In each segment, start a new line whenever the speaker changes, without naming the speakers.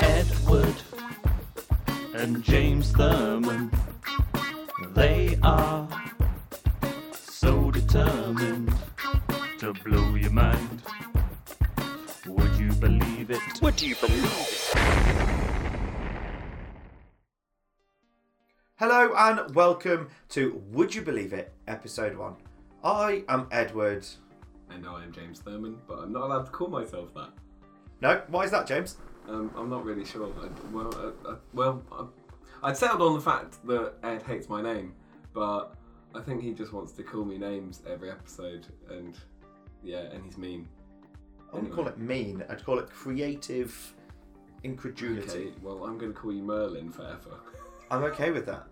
Howard and James Thurman. They are so determined to blow your mind. Would you believe it? Would you believe it?
Hello and welcome to Would You Believe It, episode one. I am Edward.
And I am James Thurman, but I'm not allowed to call myself that.
No, why is that, James?
Um, I'm not really sure. I, well, I, I, well, I, I'd settled on the fact that Ed hates my name, but I think he just wants to call me names every episode, and yeah, and he's mean.
I wouldn't call it mean. I'd call it creative incredulity.
Okay, well, I'm going to call you Merlin forever.
I'm okay with that.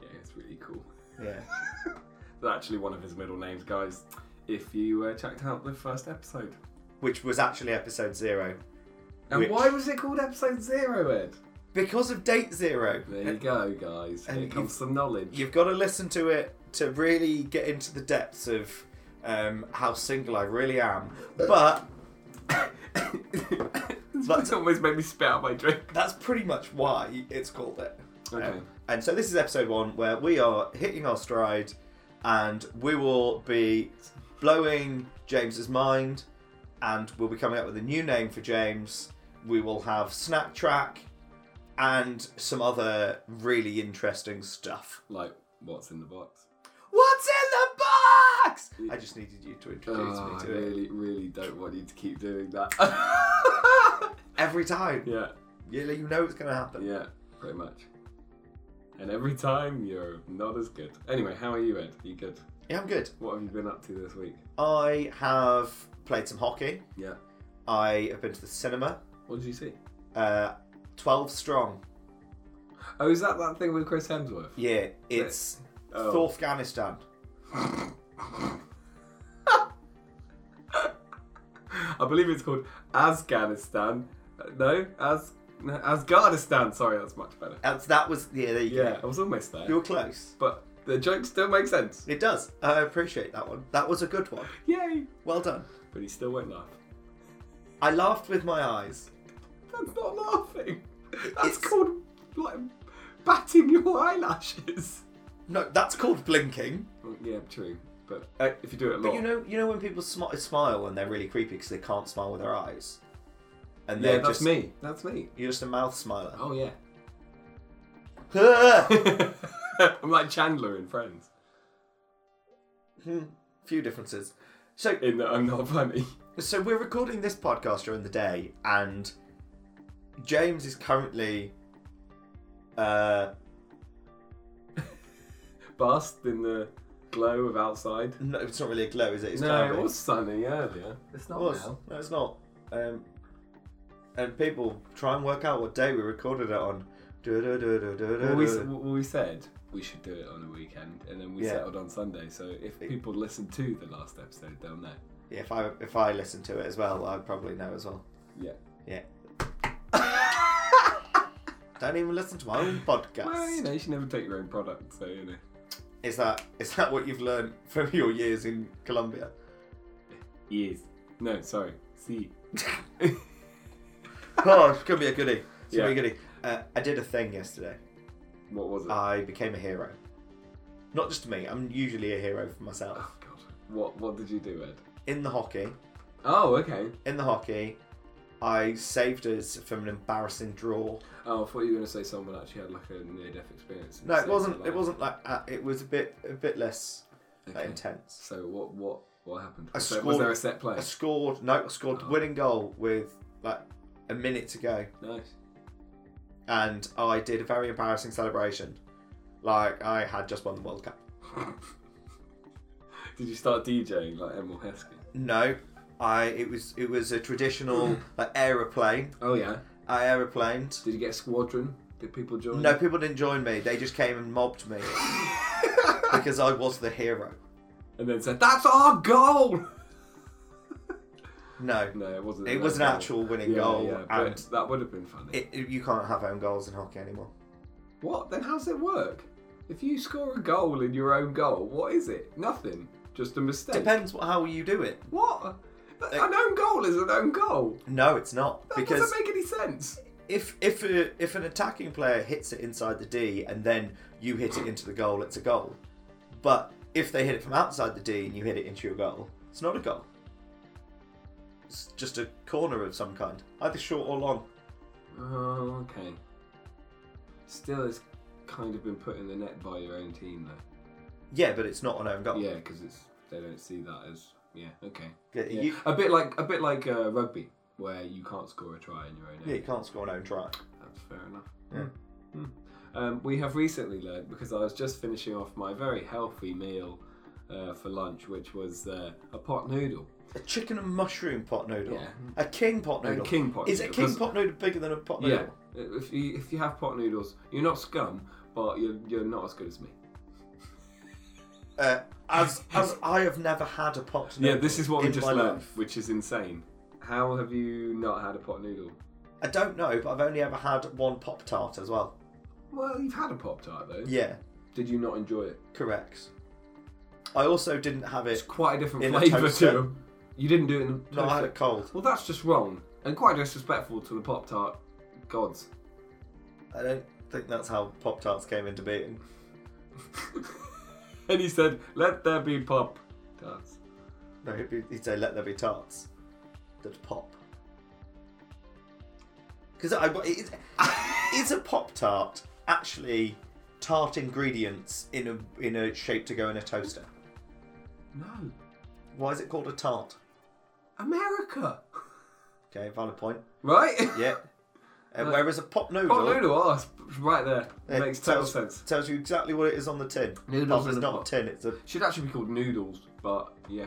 yeah, it's really cool.
Yeah.
That's actually one of his middle names, guys. If you uh, checked out the first episode,
Which was actually episode zero.
and
Which-
why was it called episode zero, Ed?
Because of date zero.
There you go, guys.
Eh, and
Here
you've-
comes some knowledge.
You've got to listen to it to really get into the depths of um, how single I really am. But
That's almost made me spit out my drink.
that's pretty much why it's called it.
Okay.
Um, and so this is episode one where we are hitting our stride and we will be blowing James's mind and we'll be coming up with a new name for James. We will have Snack Track and some other really interesting stuff.
Like, what's in the box?
What's in the box? I just needed you to introduce
Oh,
me
I
to it
really, really don't want you to keep doing that.
every time.
yeah,
You, you know it's going to happen.
yeah, pretty much. And every time you're not as good. Anyway, how are you, Ed? you good?
yeah, I'm good.
What have you been up to this week?
I have played some hockey.
Yeah.
I have been to the cinema.
What did you see?
Uh, 12 strong.
Oh, is that that thing with Chris Hemsworth?
Yeah, it's
Oh.
Thor Afghanistan.
I believe it's called Afghanistan. Uh, No, As no, Asgardistan. Sorry, that's much better.
That's, that was yeah. There you
Yeah, I
go.
was almost
You
there.
were close.
But the joke still makes sense.
It does. I appreciate that one. That was a good one.
Yay!
Well done.
But he still won't laugh.
I laughed with my eyes.
That's not laughing. That's
It's-
called like batting your eyelashes.
No, that's called blinking.
Well, yeah, true. But
Uh,
if you do it a lot,
But you know, you know when people smi- smile and they're really creepy because they can't smile with their eyes, and
yeah,
they're
that's
just
me. That's me.
You're just a mouth smiler.
Oh yeah.
Ah!
I'm like Chandler in Friends.
Few differences. So,
In that I'm not funny.
so we're recording this podcast during the day, and James is currently. Uh,
Bust in the glow of outside.
no, it's not really a glow, is it? It's
no,
cloudy.
it was sunny earlier. It's
It was. No, it's not. Um, and people try and work out what day we recorded it on.
Well, we, s-
Du-du-du-du-du-du-du.
well, we said we should do it on a weekend, and then we
Yeah.
settled on Sunday. So if people listen to the last episode, they'll know.
Yeah, if I if I listen to it as well, I'd probably know as well.
Yeah.
Yeah. Don't even listen to my own podcast.
Well, you know, you should never take your own product. So you know.
Is that is that what you've learned from your years in Colombia?
Yes. No, sorry. See.
Oh, it's gonna be a goodie. It's gonna be
Yeah.
a goodie. Uh, I did a thing yesterday.
What was it?
I became a hero. Not just me. I'm usually a hero for myself.
oh God. What What did you do, Ed?
In the hockey,
Oh, okay.
in the hockey, I saved us from an embarrassing draw.
Oh, I thought you were going to say someone actually had like a near-death experience. and
No, it
saved
wasn't.
their life.
It wasn't like uh, it was a bit a bit less uh,
Okay.
intense.
So what? What? What happened?
I
Was, there, was
scored-
there a set play?
I scored. No, I
Oh.
scored the winning goal with like a minute to go,
Nice.
and I did a very embarrassing celebration. Like I had just won the World Cup.
Did you start DJing like Emil Heskey?
No, I it was it was a traditional like aeroplane.
Oh yeah.
I aeroplaned.
Did you get a squadron? Did people join?
No, people didn't join me. They just came and mobbed me because I was the hero.
And then said, "That's our goal."
No,
No, it wasn't.
it was an
their goal.
actual winning
Yeah,
goal,
yeah, but
and
that would have been funny.
it, it- you can't have own goals in hockey anymore.
What? Then how's it work? If you score a goal in your own goal, what is it? Nothing. Just a mistake.
Depends what, how you do it.
Eh. What? That- An own goal is an own goal.
No, it's not
That
because
doesn't make any sense.
if if a, if an attacking player hits it inside the D and then you hit it into the goal, it's a goal. But if they hit it from outside the D and you hit it into your goal, it's not a goal. It's just a corner of some kind, either short or long.
Oh, okay. Still has kind of been put in the net by your own team, though.
Yeah, but it's not an own goal.
Yeah, because it's they don't see that as yeah. Okay.
Yeah,
Yeah.
You,
a bit like a bit like uh, rugby, where you can't score a try in your own
yeah,
area.
you can't score an own try.
That's fair enough.
Yeah.
Hmm. Um, we have recently learned because I was just finishing off my very healthy meal uh, for lunch, which was uh, a pot noodle.
A chicken and mushroom pot noodle.
Yeah.
A king pot
A
noodle.
king pot
Is a
noodle,
king
'cause-
pot noodle bigger than a pot noodle?
Yeah, uh, if you if you have pot noodles, you're not scum, but you're you're not as good as me.
Uh, as as I have never had a pot noodle.
Yeah, this is what we
in
just
my
learned,
life.
which is insane. How have you not had a pot noodle?
I don't know, but I've only ever had one pop tart as well.
Well, you've had a pop tart though.
Yeah,
Did you not enjoy it?
correct. I also didn't have
It's
it.
quite a different
In a
flavour to
toaster.
them. You didn't do it in a
No, I had
toaster.
it cold.
Well, that's just wrong and quite disrespectful to the Pop Tart gods.
I don't think that's how pop tarts came into being.
and he said, "Let there be Pop Tarts."
No, he'd, be, he'd say, "Let there be tarts that pop." Because I, it, is a pop tart actually tart ingredients in a in a shape to go in a toaster?
No,
Why is it called a tart?
America,
Okay, valid point.
right?
Yeah. Uh, whereas a pop noodle,
Pop noodle, oh, it's right there.
it
Makes total
tells,
sense.
tells you exactly what it is on the tin.
Noodles
pop
in
is
a
not
pop.
a tin; it's a
Should actually be called noodles, but yeah.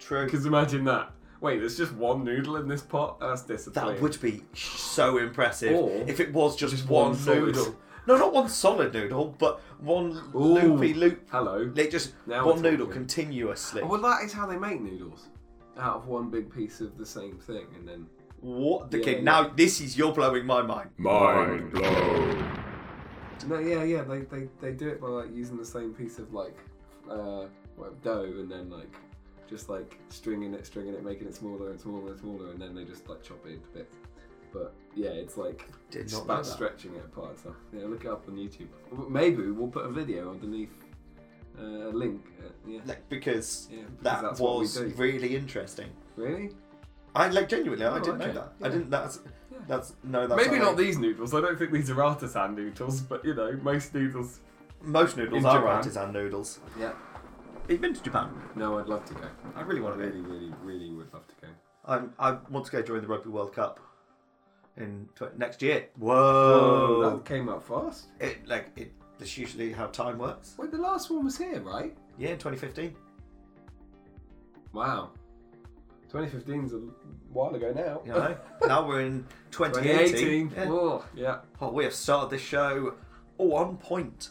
true.
Because imagine that. Wait, there's just one noodle in this pot. That's disappointing.
That would be so impressive
Or
if it was just,
just
one,
one solid.
noodle. No, not one solid noodle, but one
Ooh.
loopy loop.
Hello.
Like just
Now
one
we're
noodle
talking.
continuously.
Oh, well, that is how they make noodles, out of one big piece of the same thing, and then.
What the
Yeah,
kid?
yeah.
Now this is you're blowing my mind.
Mind blown.
No, yeah, yeah, they, they, they do it by like using the same piece of like uh, what, dough and then like just like stringing it, stringing it, making it smaller and smaller and smaller, and then they just like chop it into bits. But yeah, it's like
Did
it's
not know
about
that.
stretching it apart. So yeah, look it up on YouTube. W- Maybe we'll put a video underneath uh, a link. Uh, yeah,
Like because
Yeah, because
that
that's what we
was
do.
really interesting.
really?
I like genuinely. I
Oh,
didn't
okay.
know that. I
Yeah.
didn't. That's
Yeah.
that's no. That's
Maybe not
the
these noodles. I don't think these are artisan noodles, but you know, most noodles.
most noodles
in
are
Japan.
artisan noodles.
Yeah.
Have you been to Japan?
No, I'd love to go.
I really want to go.
Really, really, really would love to go.
I'm, I want to go during the Rugby World Cup in tw- next year.
Oh,
Whoa!
that came up fast.
It like it. That's usually how time works.
Wait, the last one was here, right?
Yeah, in 2015.
Wow. 2015's a while ago now.
You know. now we're in 2018.
2018.
Yeah.
Whoa, yeah.
Oh, we have started this show all on point.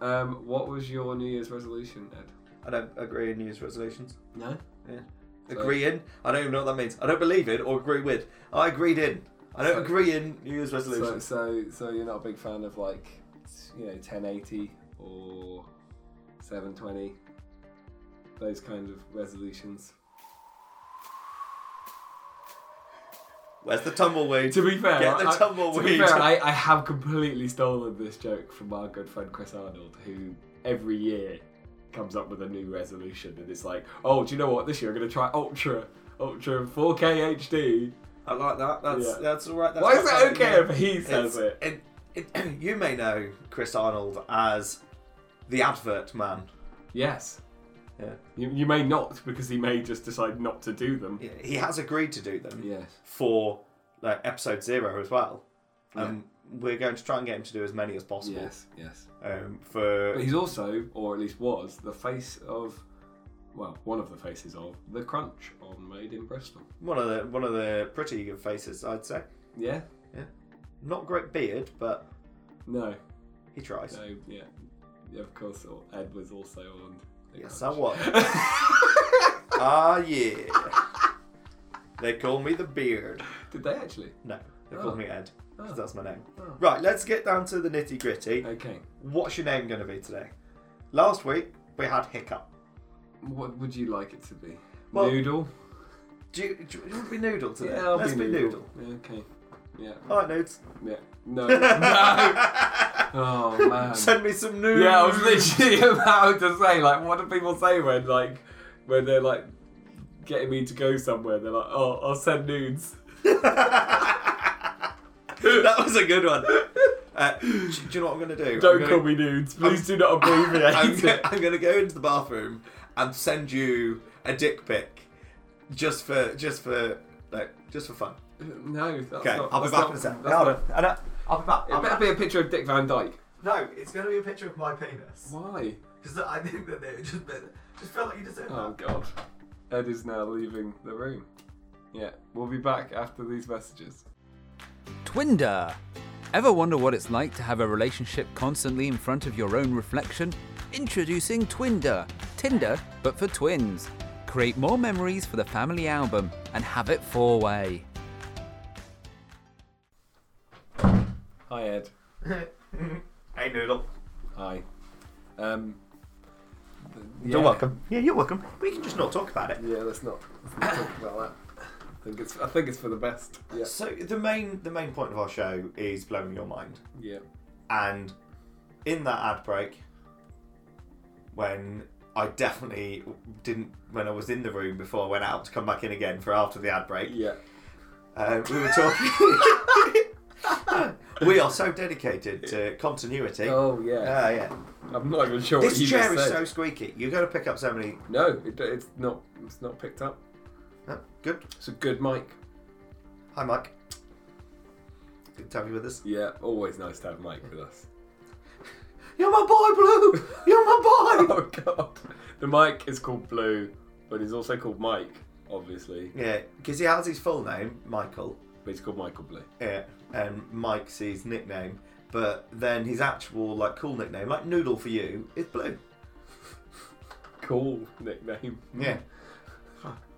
Um, what was your New Year's resolution, Ed?
I don't agree in New Year's resolutions.
No.
Yeah. Agree in? I don't even know what that means. I don't believe in or agree with. I agreed in. I don't
So-
agree in New Year's
So,
resolutions.
so, so you're not a big fan of like, you know, 1080 or 720, those kind of resolutions.
Where's the tumbleweed?
To be fair,
Get the
I- I,
tumbleweed.
To be fair, I, I have completely stolen this joke from our good friend Chris Arnold, who every year comes up with a new resolution, and it's like, oh, do you know what? This year I'm going to try ultra, ultra 4K HD.
I like that. That's
Yeah.
that's all right. That's
Why is
quite
that okay
funny.
if he says
It's-
it?
it, it- you may know Chris Arnold as the advert man.
Yes.
Yeah.
You, you may not, because he may just decide not to do them.
He has agreed to do them
Yes.
for like episode zero as well. Um, We're going to try and get him to do as many as possible.
Yes. Yes.
Um, for
But he's also, or at least was, the face of, well, one of the faces of the Crunch on Made in Bristol.
one of the one of the pretty faces, I'd say.
Yeah.
Not great beard, but
No.
he tries.
So yeah, yeah of course. or Ed was also on. the
Yes, I
couch.
was. ah, yeah. They call me the beard.
Did they actually?
No, they
Oh.
call me Ed because
Oh.
that's my name.
Oh.
Right, let's get down to the nitty gritty.
Okay.
What's your name going to be today? Last week we had hiccup.
What would you like it to be?
Well-
Noodle.
Do you, do you want to be Noodle today?
Yeah, I'll
Let's
be noodle.
Noodle.
Yeah, okay. Yeah.
All right, Nudes.
Yeah. No. no. Oh man.
Send me some nudes.
yeah, I was literally about to say like, what do people say when like when they're like getting me to go somewhere? They're like, oh, I'll send nudes.
that was a good one. Uh, do, do you know what I'm going to do?
Don't
I'm
call
gonna,
me nudes. Please do not abbreviate.
I'm, go- I'm going to go into the bathroom and send you a dick pic, just for just for like just for fun.
No, that's
Okay,
not.
I'll be
that's
back
not-
in a second.
that's not-
I'll be back.
It better be a picture of Dick Van Dyke.
No, it's going to be a picture of my penis.
Why?
Because I think that it just, just felt like you deserved
Oh God. Ed is now leaving the room. Yeah, we'll be back after these messages.
Twinder! Ever wonder what it's like to have a relationship constantly in front of your own reflection? Introducing Twinder! Tinder, but for twins. Create more memories for the family album and have it four way.
Hi Ed.
Hey, Noodle.
Hi. Um. th- Yeah.
You're welcome. Yeah, you're welcome. We can just not talk about it.
Yeah, let's not, let's not talk about that. I think it's I think it's for the best. Yeah.
So the main the main point of our show is blowing your mind.
Yeah.
And in that ad break, when I definitely didn't, when I was in the room before I went out to come back in again for after the ad break,
Yeah.
uh, we were talking. we are so dedicated to continuity.
Oh yeah.
Ah, yeah.
I'm not even sure
This
what you
chair
just
is
said.
so squeaky. You're going to pick up so many.
No, it, it's not. It's not picked up.
Oh, good.
It's a good mic.
Hi, Mike. Good to have you with us.
Yeah. Always nice to have Mike with us.
You're my boy, Blue. You're my boy.
Oh God. The mic is called Blue, but he's also called Mike, obviously.
Yeah, because he has his full name, Michael.
But he's called Michael Blue.
Yeah, and Mike's his nickname, but then his actual like cool nickname, like Noodle for you, is Blue.
Cool nickname.
Yeah,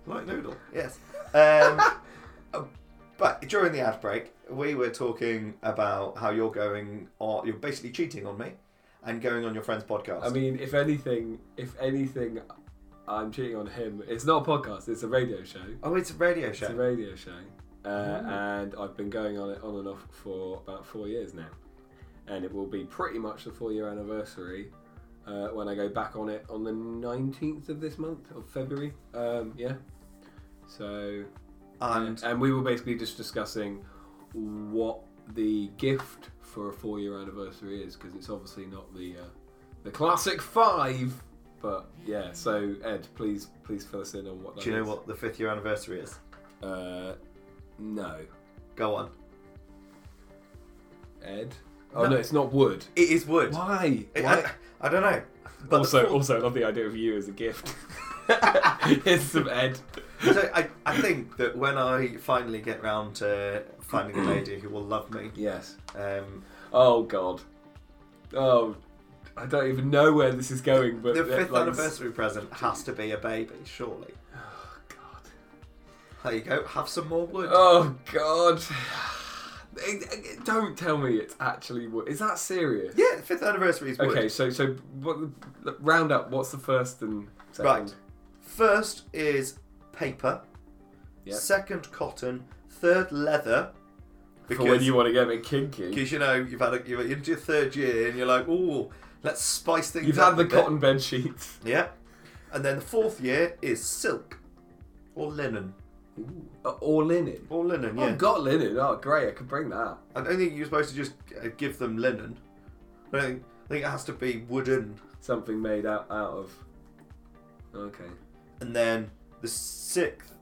like Noodle. Yes. Um, but during the ad break, we were talking about how you're going, or you're basically cheating on me, and going on your friend's podcast.
I mean, if anything, if anything, I'm cheating on him. It's not a podcast. It's a radio show.
oh, it's a radio
It's a
show.
radio show, uh,
Mm.
and I've been going on it on and off for about four years now, and it will be pretty much the four-year anniversary uh, when I go back on it on the nineteenth of this month of February. Um, yeah, so
And
and we were basically just discussing what the gift for a four-year anniversary is because it's obviously not the uh, the classic five, but yeah. So Ed, please please fill us in on what. that
do you know
is.
what the fifth year anniversary is?
Uh, no.
Go on.
Ed. Oh no, it's not wood.
It is wood.
Why?
It-
Why?
I, I don't know. But the
also,
full-
also, I love the idea of you as a gift. Here's some Ed.
So I, I think that when I finally get round to finding a lady who will love me,
Yes.
um,
Oh God. Oh, I don't even know where this is going. But
the
uh,
fifth
like-
anniversary present has to be a baby, surely.
Oh God.
There you go. Have some more wood.
Oh God. It- it- Don't tell me it's actually wood. Is that serious?
Yeah, the fifth anniversary is wood.
Okay, so so what, round up. What's the first and second?
Right. First is paper.
Yep.
Second, cotton. Third, leather.
For when you want to get a bit kinky.
because, you know you've had a, you're into your third year and you're like, oh, let's spice things.
You've
up
had the
a bit."
cotton bed sheets.
Yeah. And then the fourth year is silk or linen.
Uh, or linen.
Or linen.
Oh,
Yeah.
I've got linen. Oh, great. I could bring that.
I don't think you're supposed to just uh, give them linen. I think, I think it has to be wooden.
Something made out, out of. Okay.
And then the sixth,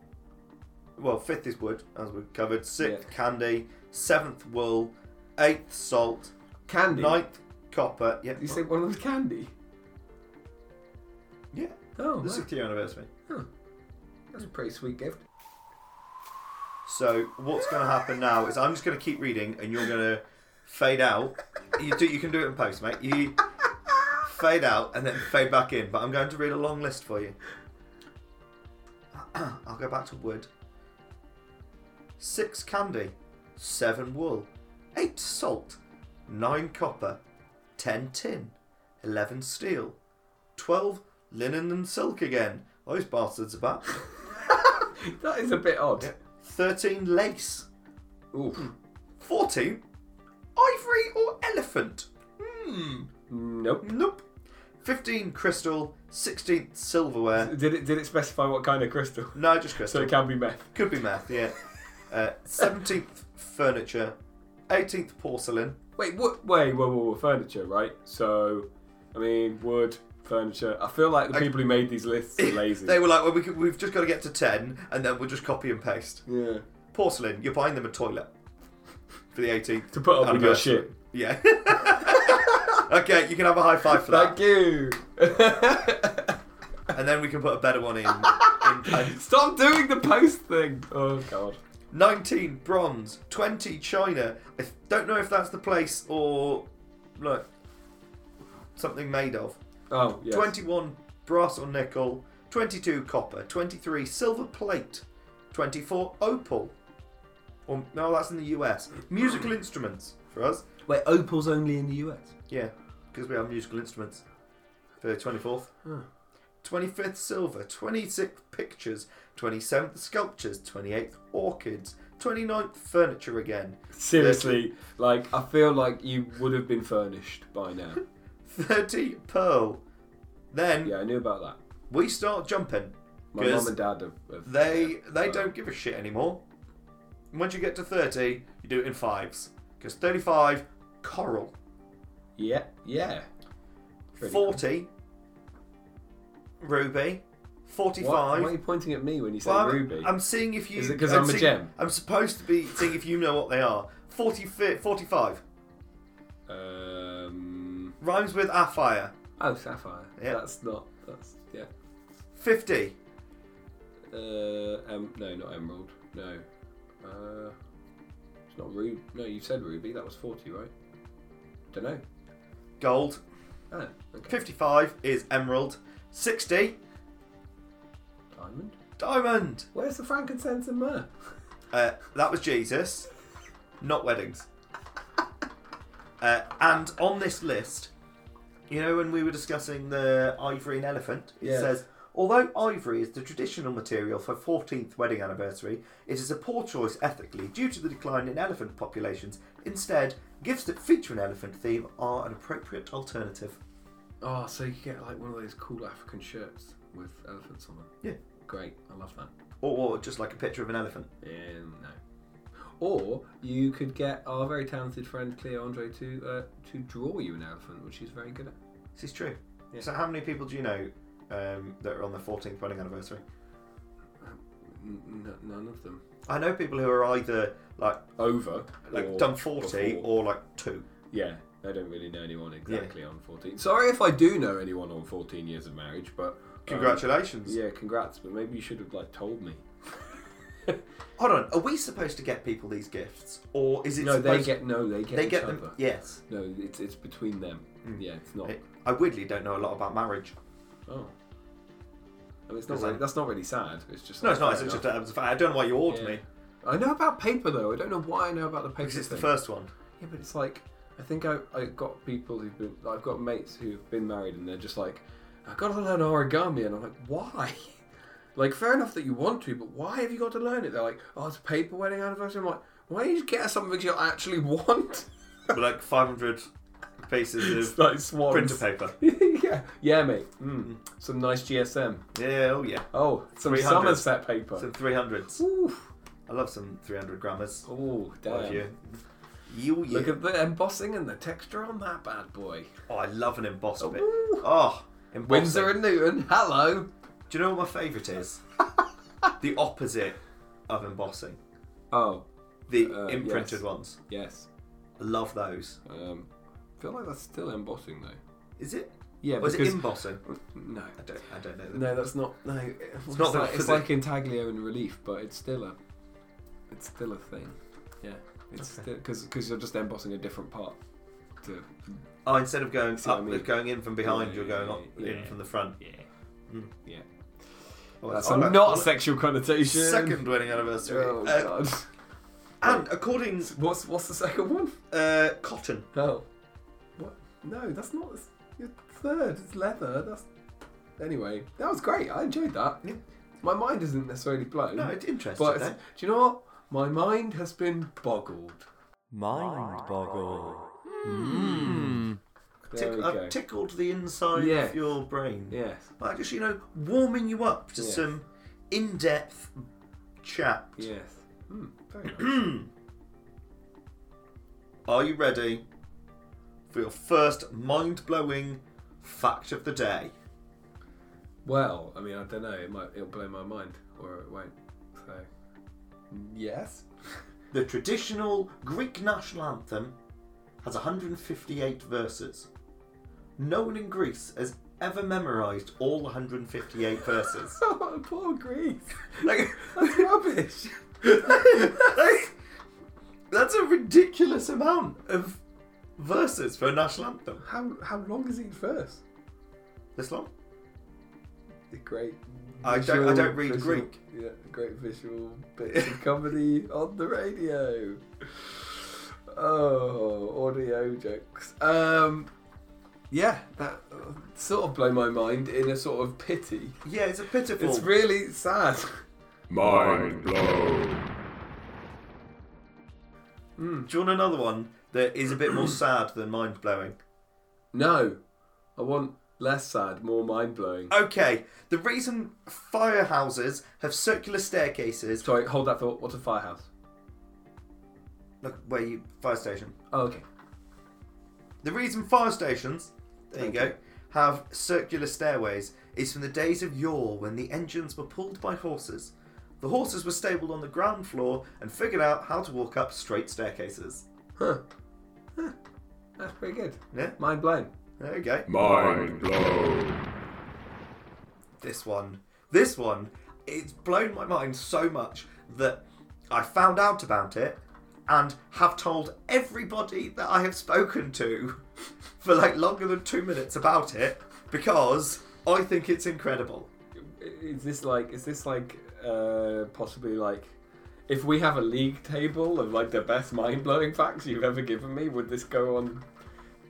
well, fifth is wood, as we've covered. Sixth,
Yeah.
candy. Seventh, wool. Eighth, salt.
Candy.
Ninth, copper. Yeah.
You say one of the candy?
Yeah.
Oh,
The
wow.
60th anniversary.
that's a pretty sweet gift.
So what's going to happen now is I'm just going to keep reading, and you're going to fade out. You do. You can do it in post, mate. You fade out and then fade back in. But I'm going to read a long list for you. I'll go back to wood. Six candy, seven wool, eight salt, nine copper, ten tin, eleven Oh, steel, twelve linen and silk again. Those bastards are back.
That is a bit odd.
13 lace.
Oof.
Hmm. 14 ivory or elephant. Hmm.
Nope.
Nope. 15 crystal, 16 silverware.
Did it did it specify what kind of crystal?
No, just
So
crystal.
it can be meth.
Could be math, yeah. Uh, 17th furniture, 18th porcelain.
Wait, what? Wait, whoa, whoa, whoa, furniture, right? So, I mean, wood, furniture. I feel like the
I-
people who made these lists are lazy.
They were like, well, we could, we've just got to get to 10 and then we'll just copy and paste.
yeah.
Porcelain, you're buying them a toilet for the 18th.
To put up with your
anniversary.
shit.
Yeah. okay, you can have a high five for
Thank
that.
you.
And then we can put a better one in. in post.
Stop doing the post thing. Oh god.
19 bronze, 20 china. I don't know if that's the place or like something made of.
Oh yeah.
21 brass or nickel, 22 copper, 23 silver plate, 24 opal. Or no, that's in the US. Musical instruments for us.
Wait, opal's only in the US.
Yeah, because we have musical instruments for the 24th.
Huh.
25th silver, 26th pictures, 27th sculptures, 28th orchids, 29th furniture again,
Seriously, like I feel like you would have been furnished by now.
30 pearl. Then
yeah, I knew about that.
we start jumping.
My
'Cause
mum and dad have. have
They they
uh,
don't give a shit anymore. Once you get to 30, you do it in fives. Because 35, coral.
Yeah, yeah. Pretty cool.
40, ruby.
Why, why are
45.
you pointing at me when you say
Well, I'm,
ruby?
I'm seeing if you.
Is it 'cause I'm a
seeing-
gem?
I'm supposed to be seeing if you know what they are. 40, fi- 45.
Um,
Rhymes with Afire.
oh, sapphire.
Yeah.
That's not. That's yeah.
50.
Uh, um, no, not emerald. No. Uh, it's not ruby. No, you said ruby. That was forty, right? Don't know.
Gold.
Oh, okay.
55 is emerald. 60,
Diamond.
diamond.
Where's the frankincense and myrrh?
Uh, that was Jesus, not weddings. Uh, and on this list, you know, when we were discussing the ivory and elephant, it
Yes.
says, although ivory is the traditional material for 14th wedding anniversary, it is a poor choice ethically due to the decline in elephant populations. Instead, gifts that feature an elephant theme are an appropriate alternative.
Oh, so you get like one of those cool African shirts with elephants on them.
Yeah.
Great. I love that.
Or, or just like a picture of an elephant.
Yeah, no. Or you could get our very talented friend Cleo Andre to uh, to draw you an elephant, which she's very good at.
This is true.
Yeah.
So, how many people do you know um, that are on their 14th wedding anniversary?
N- n- none of them.
I know people who are either like
Over.
like
or
done 40
before.
or like two.
Yeah, I don't really know anyone exactly on 14. Sorry if I do know anyone on 14 years of marriage, but. um,
Congratulations.
yeah, congrats, but maybe you should have like told me.
Hold on, are we supposed to get people these gifts or is it
No, they
supposed
get no, they get
they
each
get
other.
them? Hmm. Yes.
No, it's it's between them. Yeah, it's not.
I weirdly don't know a lot about marriage.
Oh, I mean, it's not.
Is
Really,
that-
that's not really sad. It's just.
No,
like,
it's not.
fair
It's just
enough.
a, it's a fact. I don't know why you awed
Yeah.
me
I know about paper though. I don't know why I know about the paper.
because it's the
thing.
first one.
Yeah, but it's like I think I I got people who've been I've got mates who've been married and they're just like I got to learn origami and I'm like why? Like fair enough that you want to, but why have you got to learn it? They're like oh it's a paper wedding anniversary. I'm like why don't you just get us something you actually want?
But like 500 pieces
it's
of
like swans.
printer paper.
yeah, yeah, mate. Mm. Some nice GSM.
Yeah, oh yeah.
Oh, some
300.
Somerset paper.
Some 300s.
Oof.
I love some 300 grammars.
Oh,
Love
damn.
you. You, yeah.
Look at the embossing and the texture on that bad boy.
Oh, I love an embossed bit.
Ooh.
Oh, embossing.
Windsor and Newton, hello.
Do you know what my favourite is? the opposite of embossing.
Oh,
The
Uh,
imprinted
yes.
ones.
yes.
I love those.
Um, I feel like that's still embossing though.
Is it?
Yeah,
Was
because
it embossing?
no,
I don't, I don't know.
no, that's not. No, it- it's,
not the-
like,
is
it's
it-
like intaglio and relief, but it's still a, it's still a thing. Yeah, it's because because you're just embossing a different part. To
Oh, instead of going
See what
up,
I mean?
going in from behind,
Yeah,
you're going up
yeah,
in
yeah.
from the front.
yeah,
Mm.
yeah.
Oh,
That's
I
a
like-
not
I like-
sexual connotation.
second wedding anniversary.
Oh
Uh,
god.
and according
What's what's the second one?
uh, cotton,
Oh. What? No, that's not. It's your third. It's leather. That's. Anyway, that was great. I enjoyed that.
Yeah.
My mind isn't necessarily blown.
No, it's interesting,
But it's-
though.
do you know what? My mind has been boggled.
Mind boggle.
There we
Tick,
go.
I've tickled the inside
Yeah.
of your brain.
Yes.
Like just, you know, warming you up to
Yes.
some in depth chat.
Yes. Hmm. Very nice.
Are you ready for your first mind blowing fact of the day?
well, I mean, I don't know. It might. It'll blow my mind, or it won't. So. Yes.
The traditional Greek national anthem has 158 verses. No one in Greece has ever memorized all 158 verses.
Oh, poor Greece.
Like,
That's rubbish.
like, that's a ridiculous amount of verses for a national anthem.
How how long is each verse?
This long?
The great.
I don't- I don't read
visual,
Greek.
Yeah, great visual bits of comedy on the radio. Oh, audio jokes. Um, yeah, that uh, sort of blew my mind in a sort of pity.
Yeah, it's a pitiful.
It's really sad.
Mind blown.
Do you want another one that is a bit more sad than mind blowing?
No, I want less sad, more mind blowing.
Okay, the reason firehouses have circular staircases,
Sorry, hold that thought. What's a firehouse?
look where you fire station.
Oh, okay.
The reason fire stations, there you
Okay.
go, have circular stairways is from the days of yore when the engines were pulled by horses. The horses were stabled on the ground floor and figured out how to walk up straight staircases.
Huh. Huh. That's pretty good.
Yeah,
Mind blown.
there you go.
Mind blown.
This one, this one, it's blown my mind so much that I found out about it and have told everybody that I have spoken to for like longer than two minutes about it because I think it's incredible.
Is this like? Is this like? Uh, possibly like. If we have a league table of like the best mind blowing facts you've ever given me, would this go on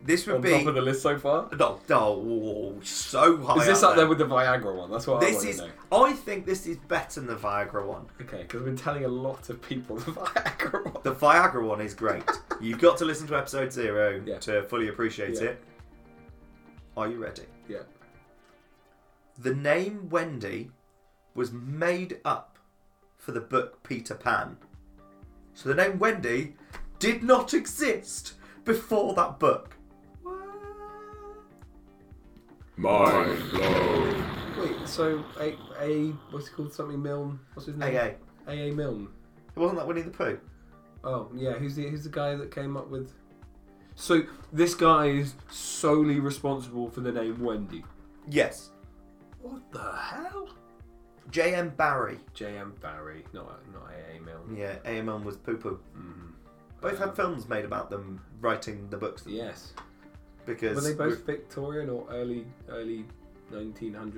This would
on
be
top of the list so far?
No, no, whoa, so high.
Is this up there with the Viagra one? That's what I
This
want
is.
to know.
I think this is better than the Viagra one.
Okay, because I've been telling a lot of people the Viagra one.
The Viagra one is great. You've got to listen to episode zero
Yeah.
to fully appreciate
Yeah.
it. Are you ready?
Yeah.
The name Wendy was made up for the book Peter Pan. So the name Wendy did not exist before that book.
Mind blown.
Wait. So a a what's it called? Something Milne. What's his name?
AA. It
A A Milne.
wasn't that Winnie the Pooh.
Oh yeah, who's the who's the guy that came up with? So this guy is solely responsible for the name Wendy.
Yes.
What the hell?
J.M. Barry.
J.M. Barry, not not A.A. Milne.
Yeah, AMM was poo poo.
Hmm.
Both had films made about them writing the books
Yes.
because
Were they both Victorian or early early 1900s? I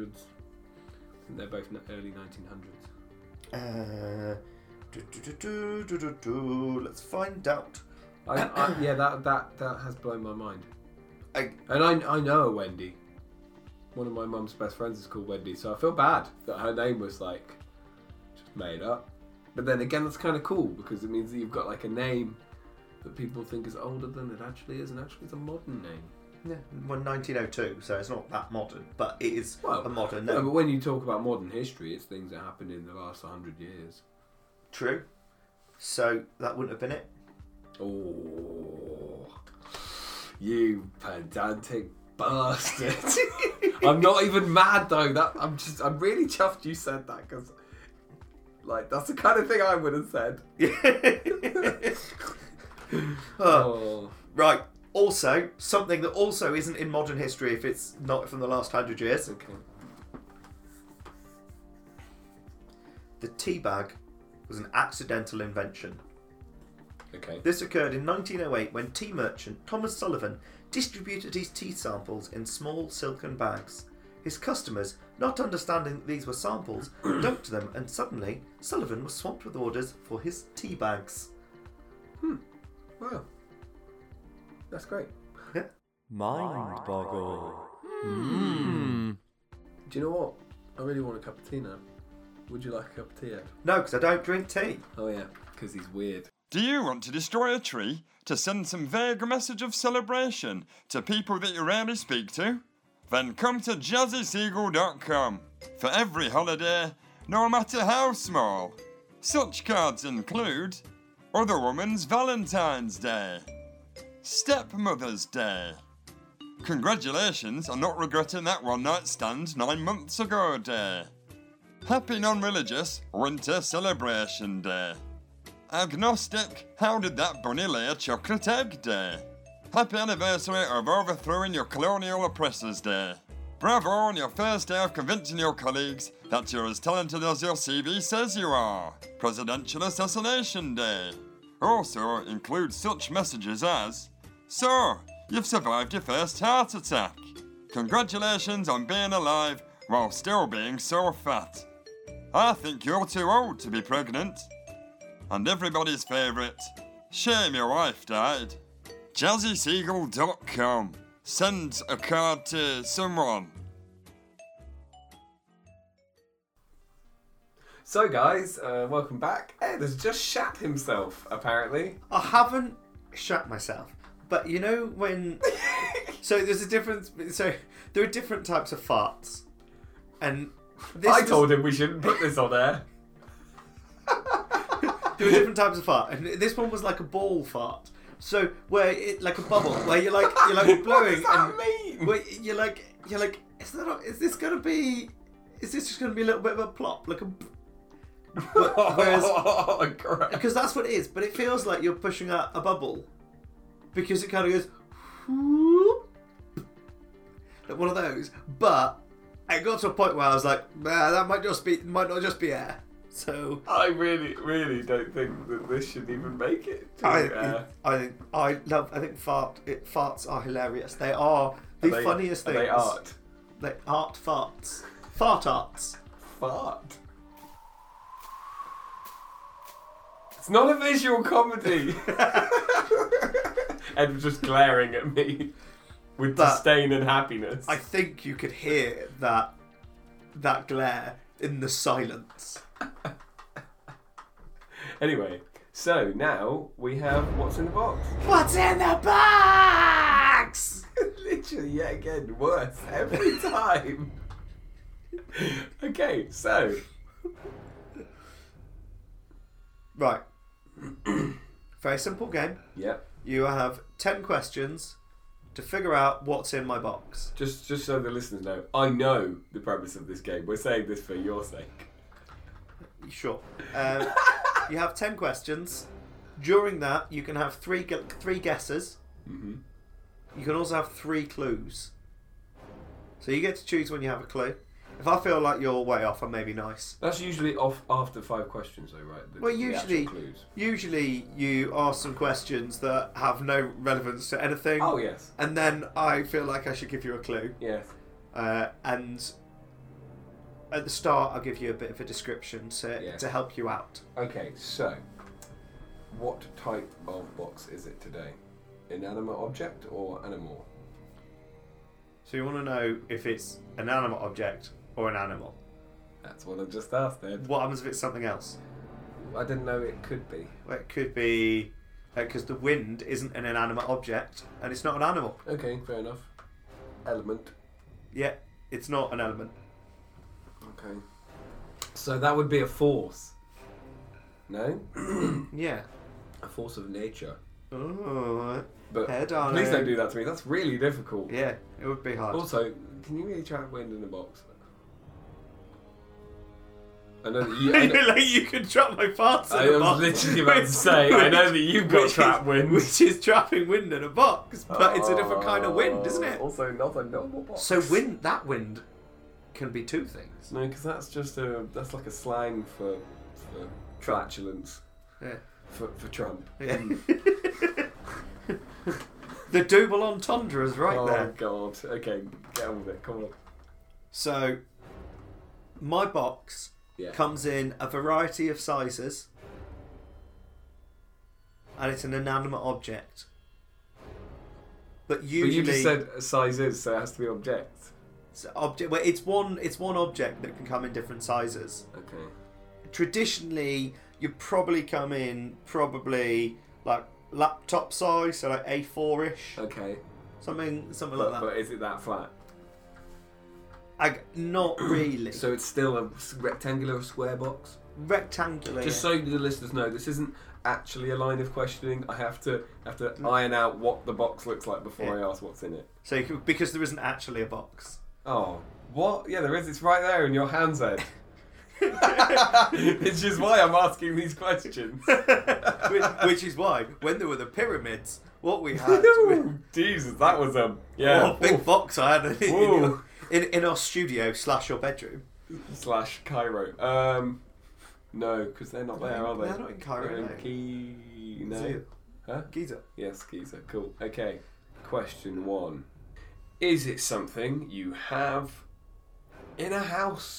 think they're both n- early 1900s.
Uh, do, do, do, do, do, do, do. Let's find out.
I, I, yeah, that that that has blown my mind.
I-
and I I know a Wendy. One of my mum's best friends is called Wendy, so I feel bad that her name was like just made up. But then again, that's kind of cool because it means that you've got like a name that people think is older than it actually is, and actually it's a modern name.
Yeah, well, 1902, so it's not that modern, but it is
Well,
a modern
No,
name.
but when you talk about modern history, it's things that happened in the last hundred years.
True. So that wouldn't have been it.
Oh, you pedantic bastard! I'm not even mad though. That I'm just I'm really chuffed you said that because, like, that's the kind of thing I would have said.
Oh,
Oh,
Right. Also, something that also isn't in modern history if it's not from the last hundred years.
okay.
The tea bag was an accidental invention.
Okay.
This occurred in 1908 when tea merchant Thomas Sullivan distributed his tea samples in small silken bags. His customers, not understanding that these were samples, dumped them, and suddenly Sullivan was swamped with orders for his tea bags.
Wow. That's great.
Mind boggle.
Hmm. Do you know what? I really want a cup of tea now. Would you like a cup of tea? Ed?
No, because I don't drink tea.
Oh yeah, because he's weird.
Do you want to destroy a tree to send some vague message of celebration to people that you rarely speak to? Then come to jazzyseagull.com for every holiday, no matter how small. Such cards include Other Woman's Valentine's Day, Stepmother's Day. Congratulations on not regretting that one night stand nine months ago day. Happy non religious Winter Celebration Day. Agnostic, how did that bunny lay a chocolate egg day? Happy anniversary of overthrowing your colonial oppressors day. Bravo on your first day of convincing your colleagues that you're as talented as your CV says you are. Presidential Assassination Day. Also includes such messages as So, you've survived your first heart attack. Congratulations on being alive while still being so fat. I think you're too old to be pregnant and everybody's favourite. Shame your wife died. JazzySeagull.com. Send a card to someone.
So guys, uh, welcome back. Ed has just shat himself. Apparently,
I haven't shat myself. But you know when. so there's a difference. So there are different types of farts. And this
I
was-
told him we shouldn't put this on air.
There were different types of fart, and this one was like a ball fart. So where it like a bubble, where you're like you're like blowing.
What does that
and,
mean?
Where you're like you're like is that a, is this gonna be? Is this just gonna be a little bit of a plop, like a? Whereas
oh, crap.
because that's what it is, but it feels like you're pushing out a bubble, because it kind of goes, whoop, like one of those. But it got to a point where I was like, nah, that might just be might not just be air. So
I really, really don't think that this should even make it. To,
I,
uh,
I think I love. I think fart it, farts are hilarious. They are the
are they-
funniest
are
things.
They art.
They art farts. Fart arts.
Fart. It's not a visual comedy. Ed was just glaring at me with
But-
disdain and happiness.
I think you could hear that that glare in the silence.
Anyway, so now we have what's in the box.
What's in the box?
Literally, yet again, worse every time. okay, so
Right. Very simple game.
yep.
You have ten questions to figure out what's in my box.
Just just so the listeners know, I know the premise of this game. We're saying this for your sake.
Sure. Um, you have ten questions. During that, you can have three gu- three guesses.
Mm-hmm.
You can also have three clues. So you get to choose when you have a clue. If I feel like you're way off, I may be nice.
That's usually off after five questions, though, right? The-
Well,
the actual
usually,
clues.
usually you ask some questions that have no relevance to anything.
Oh yes,
And then I feel like I should give you a clue.
yes.
Uh, and at the start, I'll give you a bit of a description to,
Yeah.
to help you out.
Okay, so what type of box is it today? Inanimate object or animal?
So you want to know if it's an animate object or an animal.
That's what I just asked. Ed.
What happens if it's something else?
I didn't know it could be.
Well, it could be because the wind isn't an inanimate object and it's not an animal.
Okay, fair enough. Element.
Yeah, it's not an element.
Okay. So that would be a force. No,
Yeah.
a force of nature.
Oh,
But
Head on
please
it.
don't do that to me. That's really difficult.
yeah, it would be hard.
Also, can you really track wind in a box? I know that you. I, know-
like you can trap my farts
I
in a
was
box.
literally about to say. I know that you've got
which
trap
is,
wind,
which is trapping wind in a box, but it's a different kind of wind, isn't it?
Also, not a normal box.
So wind, that wind, can be two things.
No, because that's just a that's like a slang for for flatulence
Yeah.
for for Trump.
Yeah. the double entendre is right
oh
there.
God. Okay, get on with it. Come on.
So, my box
Yeah.
comes in a variety of sizes, and it's an inanimate object. But
But
usually,
you just said sizes, so it has to be object.
it's object. Well, it's one. It's one object that can come in different sizes.
Okay.
traditionally you probably come in probably like laptop size, so like A4 ish,
Okay,
something something like
but,
that.
but is it that flat?
I, not really.
So it's still a s- rectangular or square box.
rectangular.
Just so the listeners know, this isn't actually a line of questioning. I have to have to
Mm.
iron out what the box looks like before I ask what's in it.
So you could- because there isn't actually a box.
Oh, what? Yeah, there is. It's right there in your hand's head. Which is why I'm asking these questions.
which, which is why when there were the pyramids, what we had was-
Ooh, Jesus, that was a yeah
oh, big box I had in, in,
Ooh.
your- in, in our studio slash your bedroom.
slash Cairo. Um, no, because they're not there, are they?
They're not in Cairo,
They're
no.
Ki- no.
So-
Huh?
Giza.
Yes, Giza. Cool. Okay. Question one: Is it something you have in a house?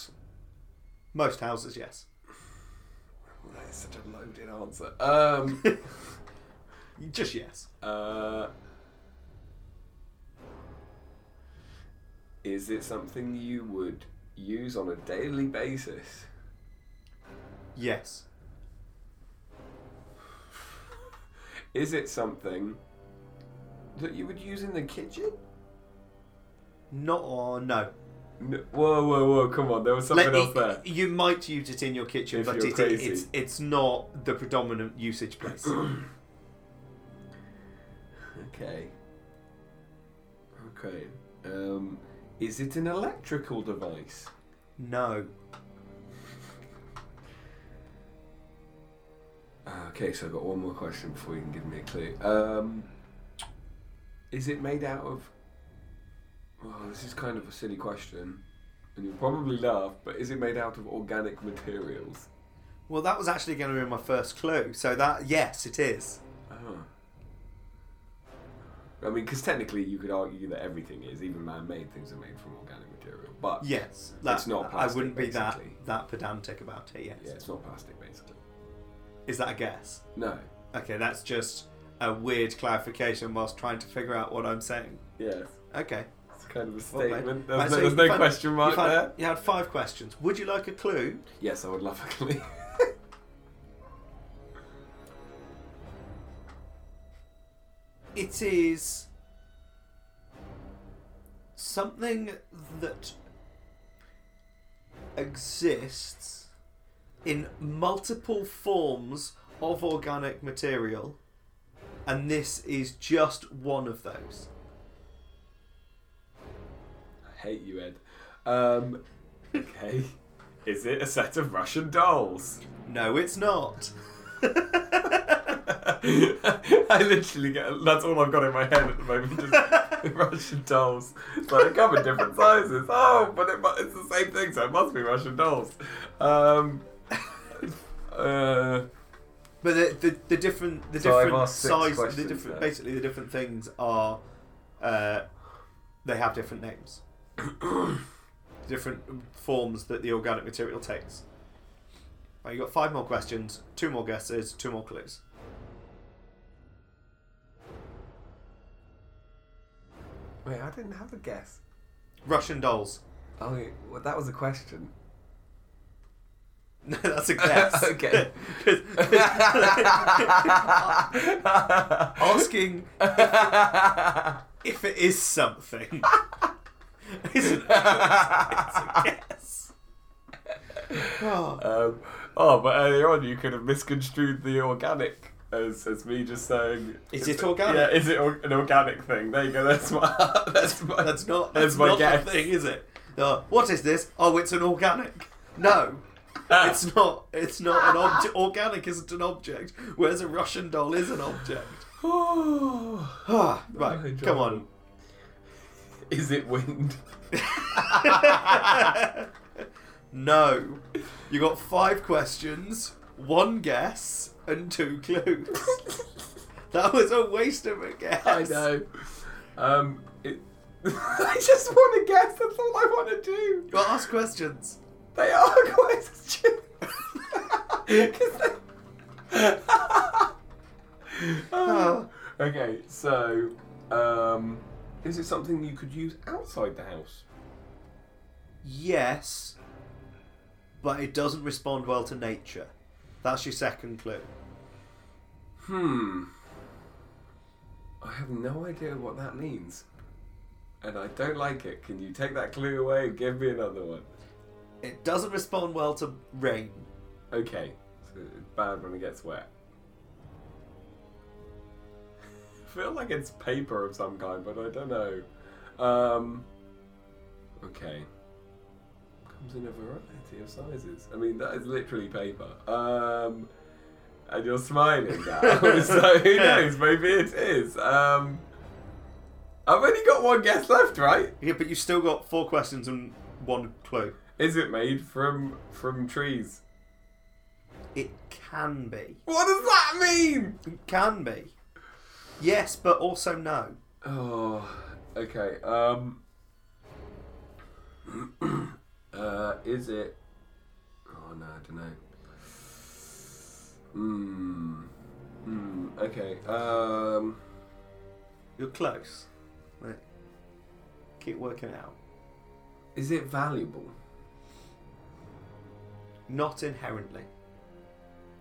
Most houses, yes.
That's such a loaded answer. Um,
Just yes.
uh, is it something you would use on a daily basis?
Yes.
Is it something that you would use in the kitchen?
Not or no.
No, whoa, whoa, whoa! Come on, there was something
Like,
else
y-
there.
You might use it in your kitchen,
If
but
you're
it,
crazy.
it's it's not the predominant usage place.
Okay. Okay. Um, is it an electrical device?
no.
Ah, Okay, so I've got one more question before you can give me a clue. Um, is it made out of. Well, this is kind of a silly question, and you'll probably laugh, but is it made out of organic materials?
Well, that was actually going to be my first clue. So that yes, it is.
Oh. I mean, because technically you could argue that everything is, even man made things are made from organic material, but.
Yes,
It's not
I wouldn't
plastic,
be that
basically.
that pedantic about it. Yes.
Yeah, it's not plastic, basically.
Is that a guess?
No.
Okay, that's just a weird clarification whilst trying to figure out what I'm saying.
Yes.
Okay.
It's kind of a
well played.
statement. There's,
Right,
no,
so
there's
you
no
found-
question mark
you found-
there.
You had five questions. Would you like a clue?
Yes, I would love a clue.
It is something that exists in multiple forms of organic material, and this is just one of those.
I hate you, Ed. Um, okay. Is it a set of Russian dolls?
No, it's not.
I literally get that's all I've got in my head at the moment. Just Russian dolls. It's like they come in different sizes. Oh, but it, mu- it's the same thing, so it must be Russian dolls. Um, uh,
But the, the, the different the
So I've
different
asked six
size the
questions
different
there.
basically the different things are uh, they have different names. different forms that the organic material takes. Right, you got five more questions, two more guesses, two more clues.
wait, I didn't have a guess.
Russian dolls.
Oh, well, that was a question.
No, that's a guess.
Okay.
'Cause- 'cause asking if it is something isn't a guess. Oh,
Um, oh, but earlier on you could have misconstrued the organic as, as me just saying.
Is it organic?
Yeah, is it or- an organic thing? There you go. That's my. That's my.
that's not
That's
that's,
my
not
guess.
the thing, is it? Uh, what is this? Oh, it's an organic. No,
Ah.
it's not. It's not an object. Organic isn't an object. Whereas a Russian doll is an object. Ah,
Oh,
right,
John.
come on.
is it wind?
No, you got five questions, one guess, and two clues. that was a waste of a guess.
I know. Um, it. I just want to guess. That's all I want to do.
But ask questions.
They are questions. 'Cause they-
Oh.
okay, so um, is it something you could use outside the house?
Yes, but it doesn't respond well to nature. That's your second clue.
Hmm. I have no idea what that means. And I don't like it. Can you take that clue away and give me another one?
It doesn't respond well to rain.
Okay. So it's bad when it gets wet. I feel like it's paper of some kind, but I don't know. Um, okay. Comes in a variety of sizes. I mean, that is literally paper. Um, and you're smiling now, so who knows? Maybe it is. Um, I've only got one guess left, right?
Yeah, but you've still got four questions and one clue.
Is it made from from trees?
It can be.
What does that mean?
It can be. Yes, but also no.
Oh, okay. Um, uh, is it? Oh no, I don't know. Hmm. Hmm. Okay. Um.
You're close. Right. Keep working it out.
Is it valuable?
Not inherently.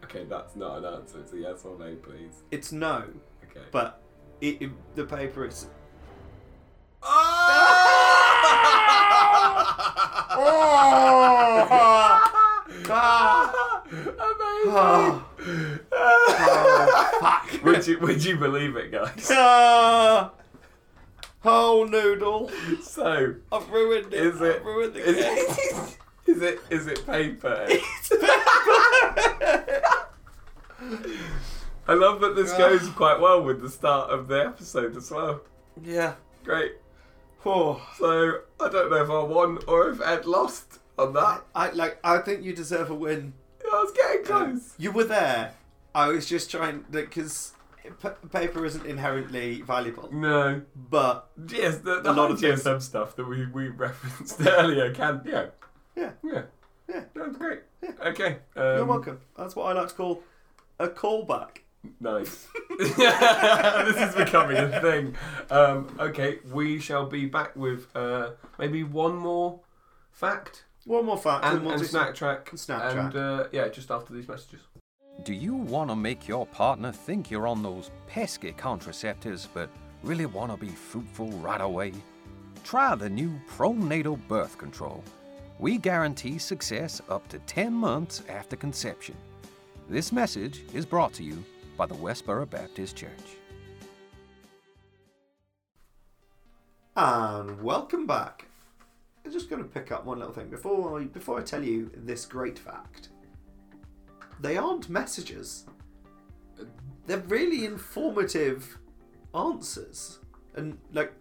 Okay, that's not an answer. It's a yes or no, please.
It's no,
Okay.
but it, it- the paper is.
Oh!
Ah,
Amazing. would you Would you believe it, guys?
Ah! Oh, noodle!
So,
I've ruined it.
is it
I've ruined the
is
game.
it is it is it paper? I love that this goes quite well with the start of the episode as well.
yeah.
Great.
Oh,
So I don't know if I won or if Ed lost on that.
I like. I think you deserve a win.
I was getting close.
You were there. I was just trying because p- paper isn't inherently valuable,
No.
but
Yes, the, the
A lot
lot
of
of
things-
GSM stuff that we, we referenced earlier can yeah.
Yeah.
Yeah.
Yeah.
That's great. Okay. Um,
you're welcome. That's what I like to call a callback.
Nice. this is becoming a thing. Um, okay, we shall be back with uh, maybe one more fact
One more fact.
and,
then we'll
and
do some-
snack track.
and snack
and,
track.
Uh, yeah, just after these messages.
Do you want to make your partner think you're on those pesky contraceptives but really want to be fruitful right away? Try the new pronatal birth control. We guarantee success up to 10 months after conception. This message is brought to you by the Westboro Baptist Church.
And welcome back. I'm just going to pick up one little thing before I, before I tell you this great fact. They aren't messages. They're really informative answers and like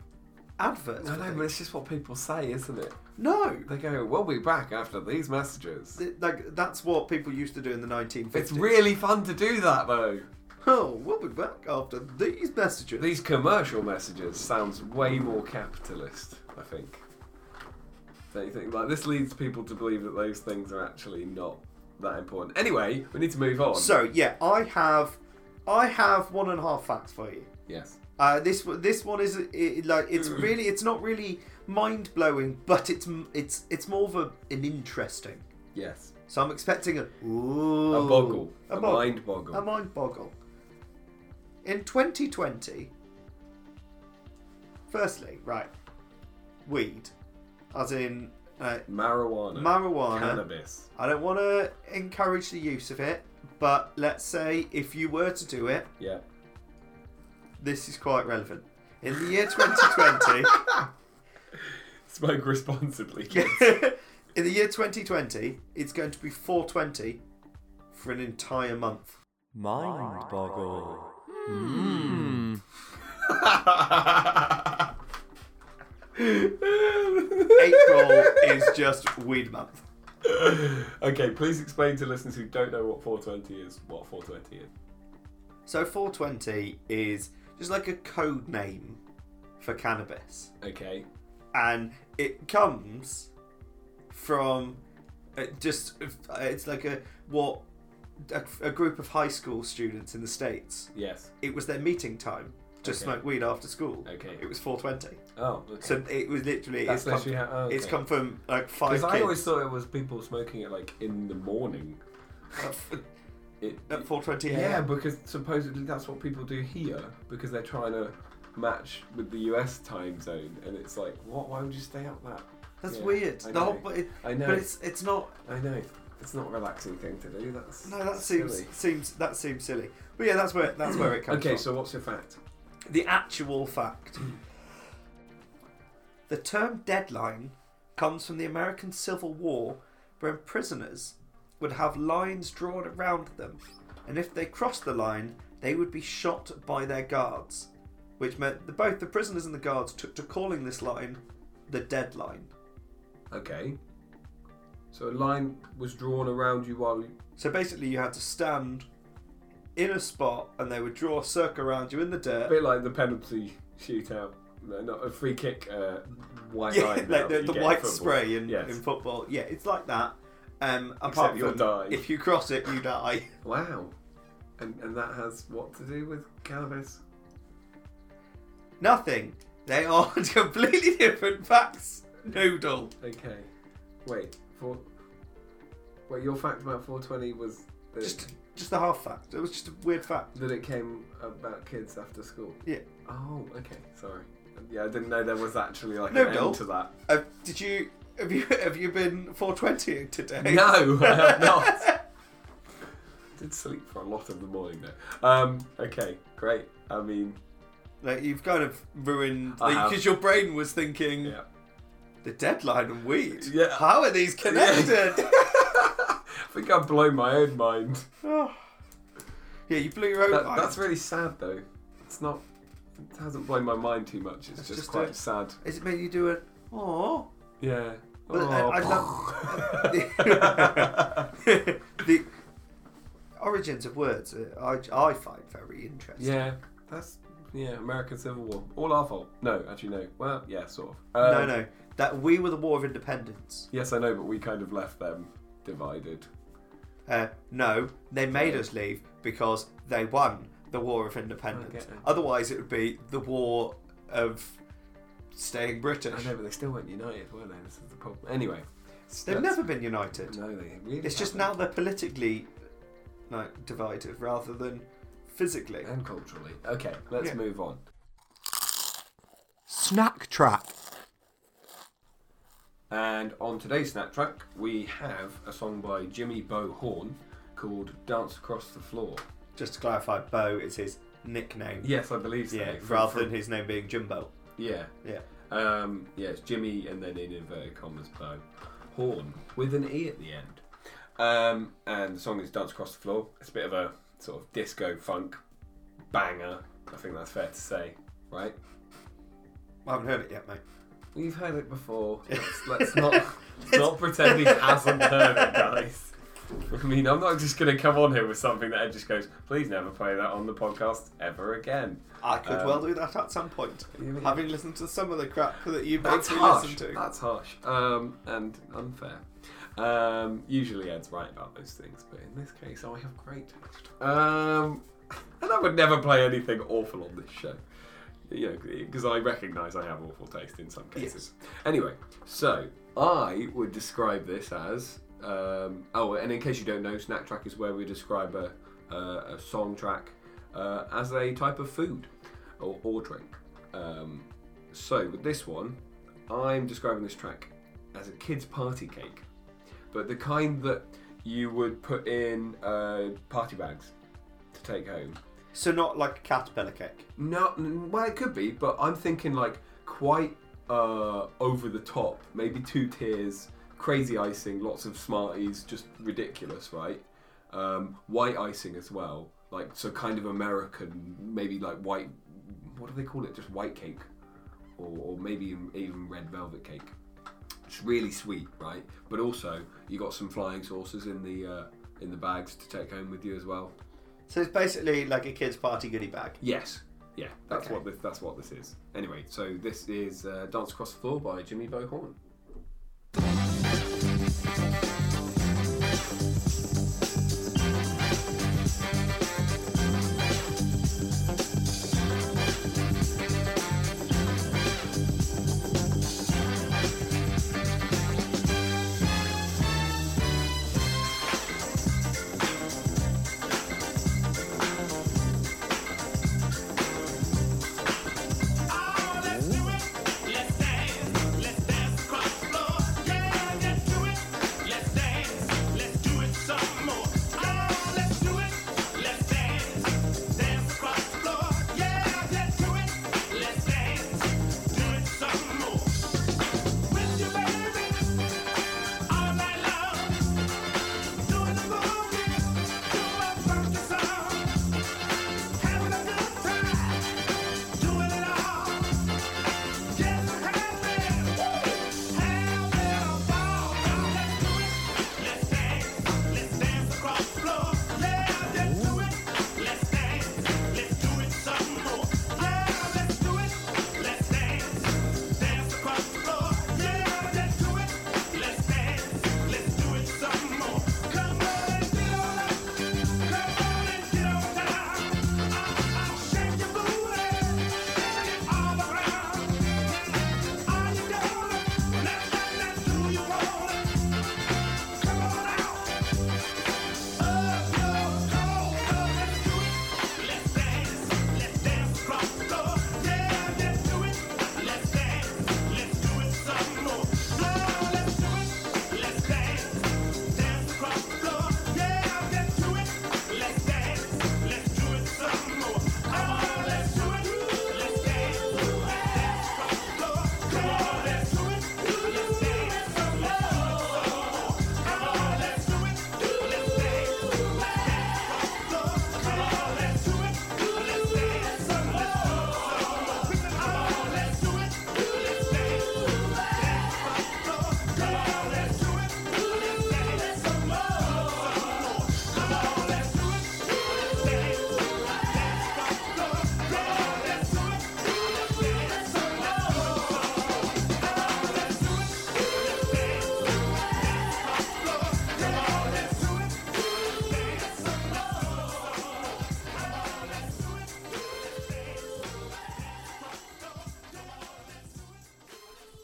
adverts.
I
for
know, but
things.
it's just what people say, isn't it?
no,
They go, we'll be back after these messages.
Th- like that's what people used to do in the 1950s.
It's really fun to do that, though.
oh, we'll be back after these messages.
These commercial messages sounds way more capitalist, I think. Don't you think? Like, this leads people to believe that those things are actually not that important. Anyway, we need to move on.
So yeah, I have, I have one and a half facts for you.
yes.
Uh, this one- this one is it, like it's
Hmm.
really it's not really mind blowing, but it's m- it's it's more of a, an interesting.
Yes.
So I'm expecting a
A
ooh,
boggle. A,
bog-
mind boggle.
a mind boggle. In 2020, firstly, right, weed, as in uh,
Marijuana.
Marijuana.
Cannabis.
I don't want to encourage the use of it, but let's say if you were to do it,
Yeah.
this is quite relevant. In the year 2020.
Smoke responsibly. kids.
in the year 2020, it's going to be 420 for an entire month. Mind boggle. April is just weed month.
okay, please explain to listeners who don't know what 420 is what 420 is.
So 420 is just like a code name for cannabis,
Okay.
and it comes from uh, just it's like a what a, a group of high school students in the states.
Yes.
It was their meeting time. just
Okay.
smoke weed after school.
Okay.
It was 420.
Oh, okay.
So it was literally
That's
it's, come,
literally how- oh,
it's
okay.
come from like five
because
kids.
I always thought it was people smoking it like in the morning. It,
at 420
yeah,
a.m.
because supposedly that's what people do here because they're trying to match with the US time zone, and it's like, what? Why would you stay up that?
That's
Yeah,
weird.
I
The whole,
know.
but, it,
I know.
but it's it's not.
I know it's not a relaxing thing to do. That's
No, that
silly.
seems seems that seems silly. But yeah, that's where that's where it comes
okay.
from.
So what's your fact?
the actual fact. the term deadline comes from the American Civil War, when prisoners would have lines drawn around them, and if they crossed the line, they would be shot by their guards, which meant that both the prisoners and the guards took to calling this line the deadline.
Okay. So a line was drawn around you while you,
So basically, you had to stand in a spot, and they would draw a circle around you in the
a
dirt.
bit like the penalty shootout, no, not a free kick, uh, white
yeah,
line,
like
now
the,
that you
the
get in
white
football.
spray in,
Yes.
in football. Yeah, it's like that. Um, apart
Except you'll
from
die.
if you cross it, you die.
Wow. And, and that has what to do with cannabis?
Nothing. They are completely different facts. Noodle.
Okay. Wait. For. Wait. Your fact about 420 was that,
Just, just a half fact. It was just a weird fact.
that it came about kids after school.
Yeah.
Oh. Okay. Sorry. Yeah, I didn't know there was actually like
No,
an
no.
end to that.
Uh, did you have you have you been 420 today?
No, I have not. Did sleep for a lot of the morning though. Um, okay, great. I mean,
Like you've kind of ruined
I have.
because your brain was thinking
yeah.
the deadline and weed.
Yeah.
How are these connected?
I think I've blown my own mind.
Oh. yeah, you blew your own
That,
mind.
that's really sad though. It's not. It hasn't blown my mind too much. It's
It's
just,
just
quite
a-
sad.
Is it made you do it? Oh.
Yeah.
But I- I
Oh.
the origins of words uh, I, I find very interesting.
yeah. That's yeah. American Civil War. All our fault. No, actually no. Well, yeah, sort of.
No,
Um,
no. That we were the War of Independence.
Yes, I know, but we kind of left them divided.
Uh, no, they made us leave because they won the War of Independence.
Okay.
Otherwise, it would be the War of Staying British.
I know, but they still weren't united, were they? This is the problem. Anyway,
They've
that's-
never been united.
No, they really.
It's just now
haven't.
they're politically like divided rather than physically.
and culturally. Okay, let's
Yeah.
move on.
Snack trap.
And on today's Snap Track, we have a song by Jimmy Bo Horn called "Dance Across the Floor."
Just to clarify, Bo is his nickname.
Yes, I believe so.
Yeah,
From-
rather
from-
than his name being Jimbo.
yeah,
Yeah.
um, yeah, it's Jimmy and then in inverted commas Bo Horn with an e at the end. Um, and the song is "Dance Across the Floor." It's a bit of a sort of disco funk banger. I think that's fair to say, right?
I haven't heard it yet, mate.
We've heard it before. Let's, let's not let's not pretend he hasn't heard it, guys. I mean, I'm not just going to come on here with something that Ed just goes, please never play that on the podcast ever again.
I could
Um,
well do that at some point,
Yeah, but-
having listened to some of the crap that you make
That's
me
harsh.
listen to.
That's harsh. Um, and unfair. Um, usually Ed's right about those things, but in this case, I have great taste. Um, and I would never play anything awful on this show. You know, because I recognise I have awful taste in some cases. Anyway, so I would describe this as. Um, oh, and in case you don't know, snack track is where we describe a, uh, a song track uh, as a type of food or, or drink. Um, so with this one, I'm describing this track as a kid's party cake, but the kind that you would put in uh, party bags to take home.
So not like a caterpillar cake.
No, n- well, it could be, but I'm thinking like quite uh, over the top, maybe two tiers, crazy icing, lots of Smarties, just ridiculous, right? Um, white icing as well, like so kind of American, maybe like white. What do they call it? Just white cake, or, or maybe even- even red velvet cake. It's really sweet, right? But also you got some flying saucers in the uh, in the bags to take home with you as well.
So it's basically like a kid's party goodie bag.
Yes. Yeah, that's
Okay.
what this, that's what this is. Anyway, so this is uh, Dance Across the Floor by Jimmy Bo Horn.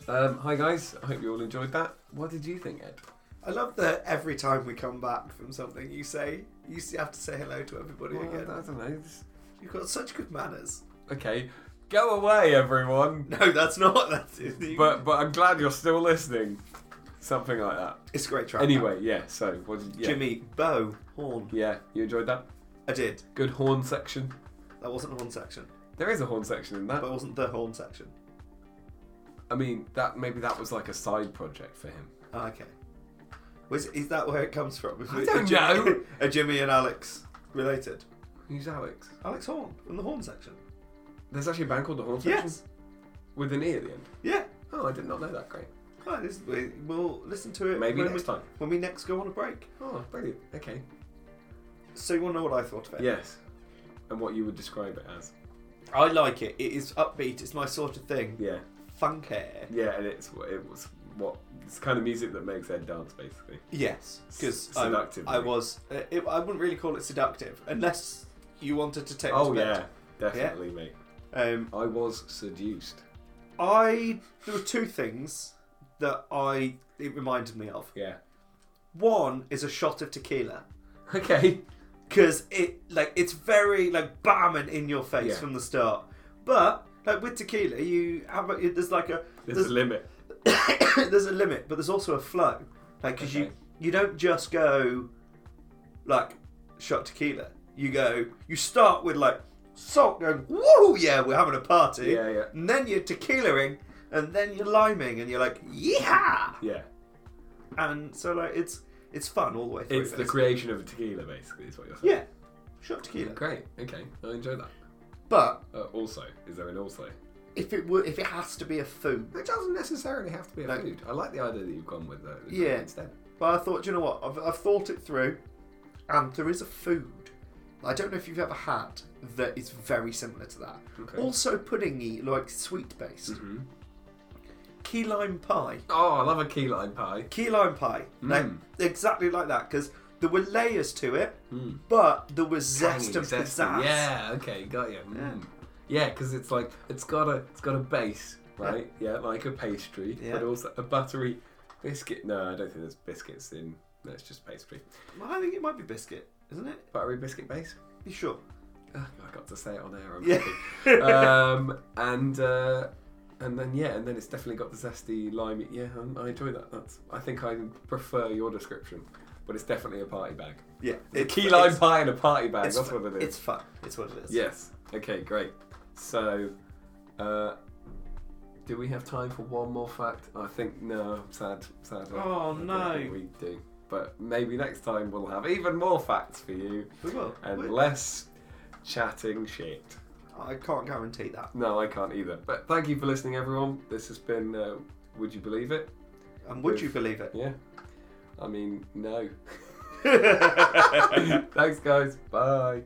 Um, hi guys, I hope you all enjoyed that. What did you think, Ed?
I love that every time we come back from something, you say you s- have to say hello to everybody
Well, I
again.
don't know. just-
You've got such good manners.
Okay, go away, everyone.
No, that's not. That's it.
But but I'm glad you're still listening. Something like that.
it's a great track.
Anyway, yeah. So what did yeah.
Jimmy Bow Horn.
Yeah, you enjoyed that.
I did.
Good horn section.
That wasn't a horn section,
There is a horn section in that.
but it wasn't the horn section.
I mean, that maybe that was like a side project for him.
Ah, okay. Was is that where it comes from? Is
I
it-
don't
are Jimmy-
know.
Are Jimmy and Alex related?
Who's Alex?
Alex Horn from the horn section.
There's actually a band called the Horn Section
Yes.
with an e at the end.
Yeah.
Oh, I did not know that. Great.
Right, this, we, we'll listen to it
Maybe
when
next
we,
time.
when we next go on a break.
Oh, brilliant. Okay.
So you will know what I thought of it.
Yes. And what you would describe it as?
I like it. It is upbeat. It's my sort of thing.
Yeah.
Funky.
Yeah, and it's what- it was what it's kind of music that makes Ed dance basically.
Yes, because
S-
I,
seductive,
I
really.
was. uh, It, I wouldn't really call it seductive, unless you wanted to take. me
Oh
to
yeah,
bed.
definitely mate.
Um,
I was seduced.
I there were two things that I it reminded me of.
Yeah.
One is a shot of tequila
Okay.
because it like it's very like bam and in your face
Yeah.
from the start. But like with tequila, you how about there's like a
There's a
there's,
limit.
there's a limit, but there's also a flow. Like because you
Okay.
you don't just go like shot tequila. You go you start with like salt going woo yeah we're having a party
Yeah, yeah.
and then you're tequilaing and then you're liming and you're like yeah
Yeah.
and so like it's it's fun all the way through.
It's the
basically.
creation of tequila basically is what you're saying.
yeah shot tequila.
Great. Okay. I enjoy that.
But
Uh, also, is there an also?
if it were if it has to be a food,
It doesn't necessarily have to be a
No.
food. I like the idea that you've gone with though.
Yeah.
Instead.
But I thought, do you know what? I've, I've thought it through, and there is a food that I don't know if you've ever had that is very similar to that.
Okay. Mm-hmm.
Also puddingy, like sweet based. Key lime pie.
Oh, I love a key lime pie.
Key lime pie. Like,
Mm.
exactly like that because there were layers to it, but there was zest
Mm. Tangy,
and
zesty.
pizzazz.
Yeah. Okay. Got you. Mm. Yeah, because it's like it's got a it's got a base, right? Yeah, like a pastry,
Yeah.
but also a buttery biscuit. No, I don't think there's biscuits in. No, it's just pastry.
Well, I think it might be biscuit, isn't it?
Buttery biscuit base.
You sure?
Ugh, I got to say it on air. I'm
Yeah.
happy. um, and uh, and then yeah, and then it's definitely got the zesty limey. Yeah, um, I enjoy that. That's. I think I prefer your description, but it's definitely a party bag.
Yeah.
It's a key lime pie and a party bag.
It's,
That's
fu-
what it is.
it's fun. It's what it is.
Yes. Okay, great. So, uh, do we have time for one more fact? I think no. Sad, sad.
Oh,
I don't
no.
think We do, but maybe next time we'll have even more facts for you
We will.
and
We-
less chatting shit.
I can't guarantee that.
No, I can't either. But thank you for listening, everyone. This has been. Uh, would you believe it?
And would
With-
you believe it?
Yeah. I mean, no. Thanks, guys. Bye.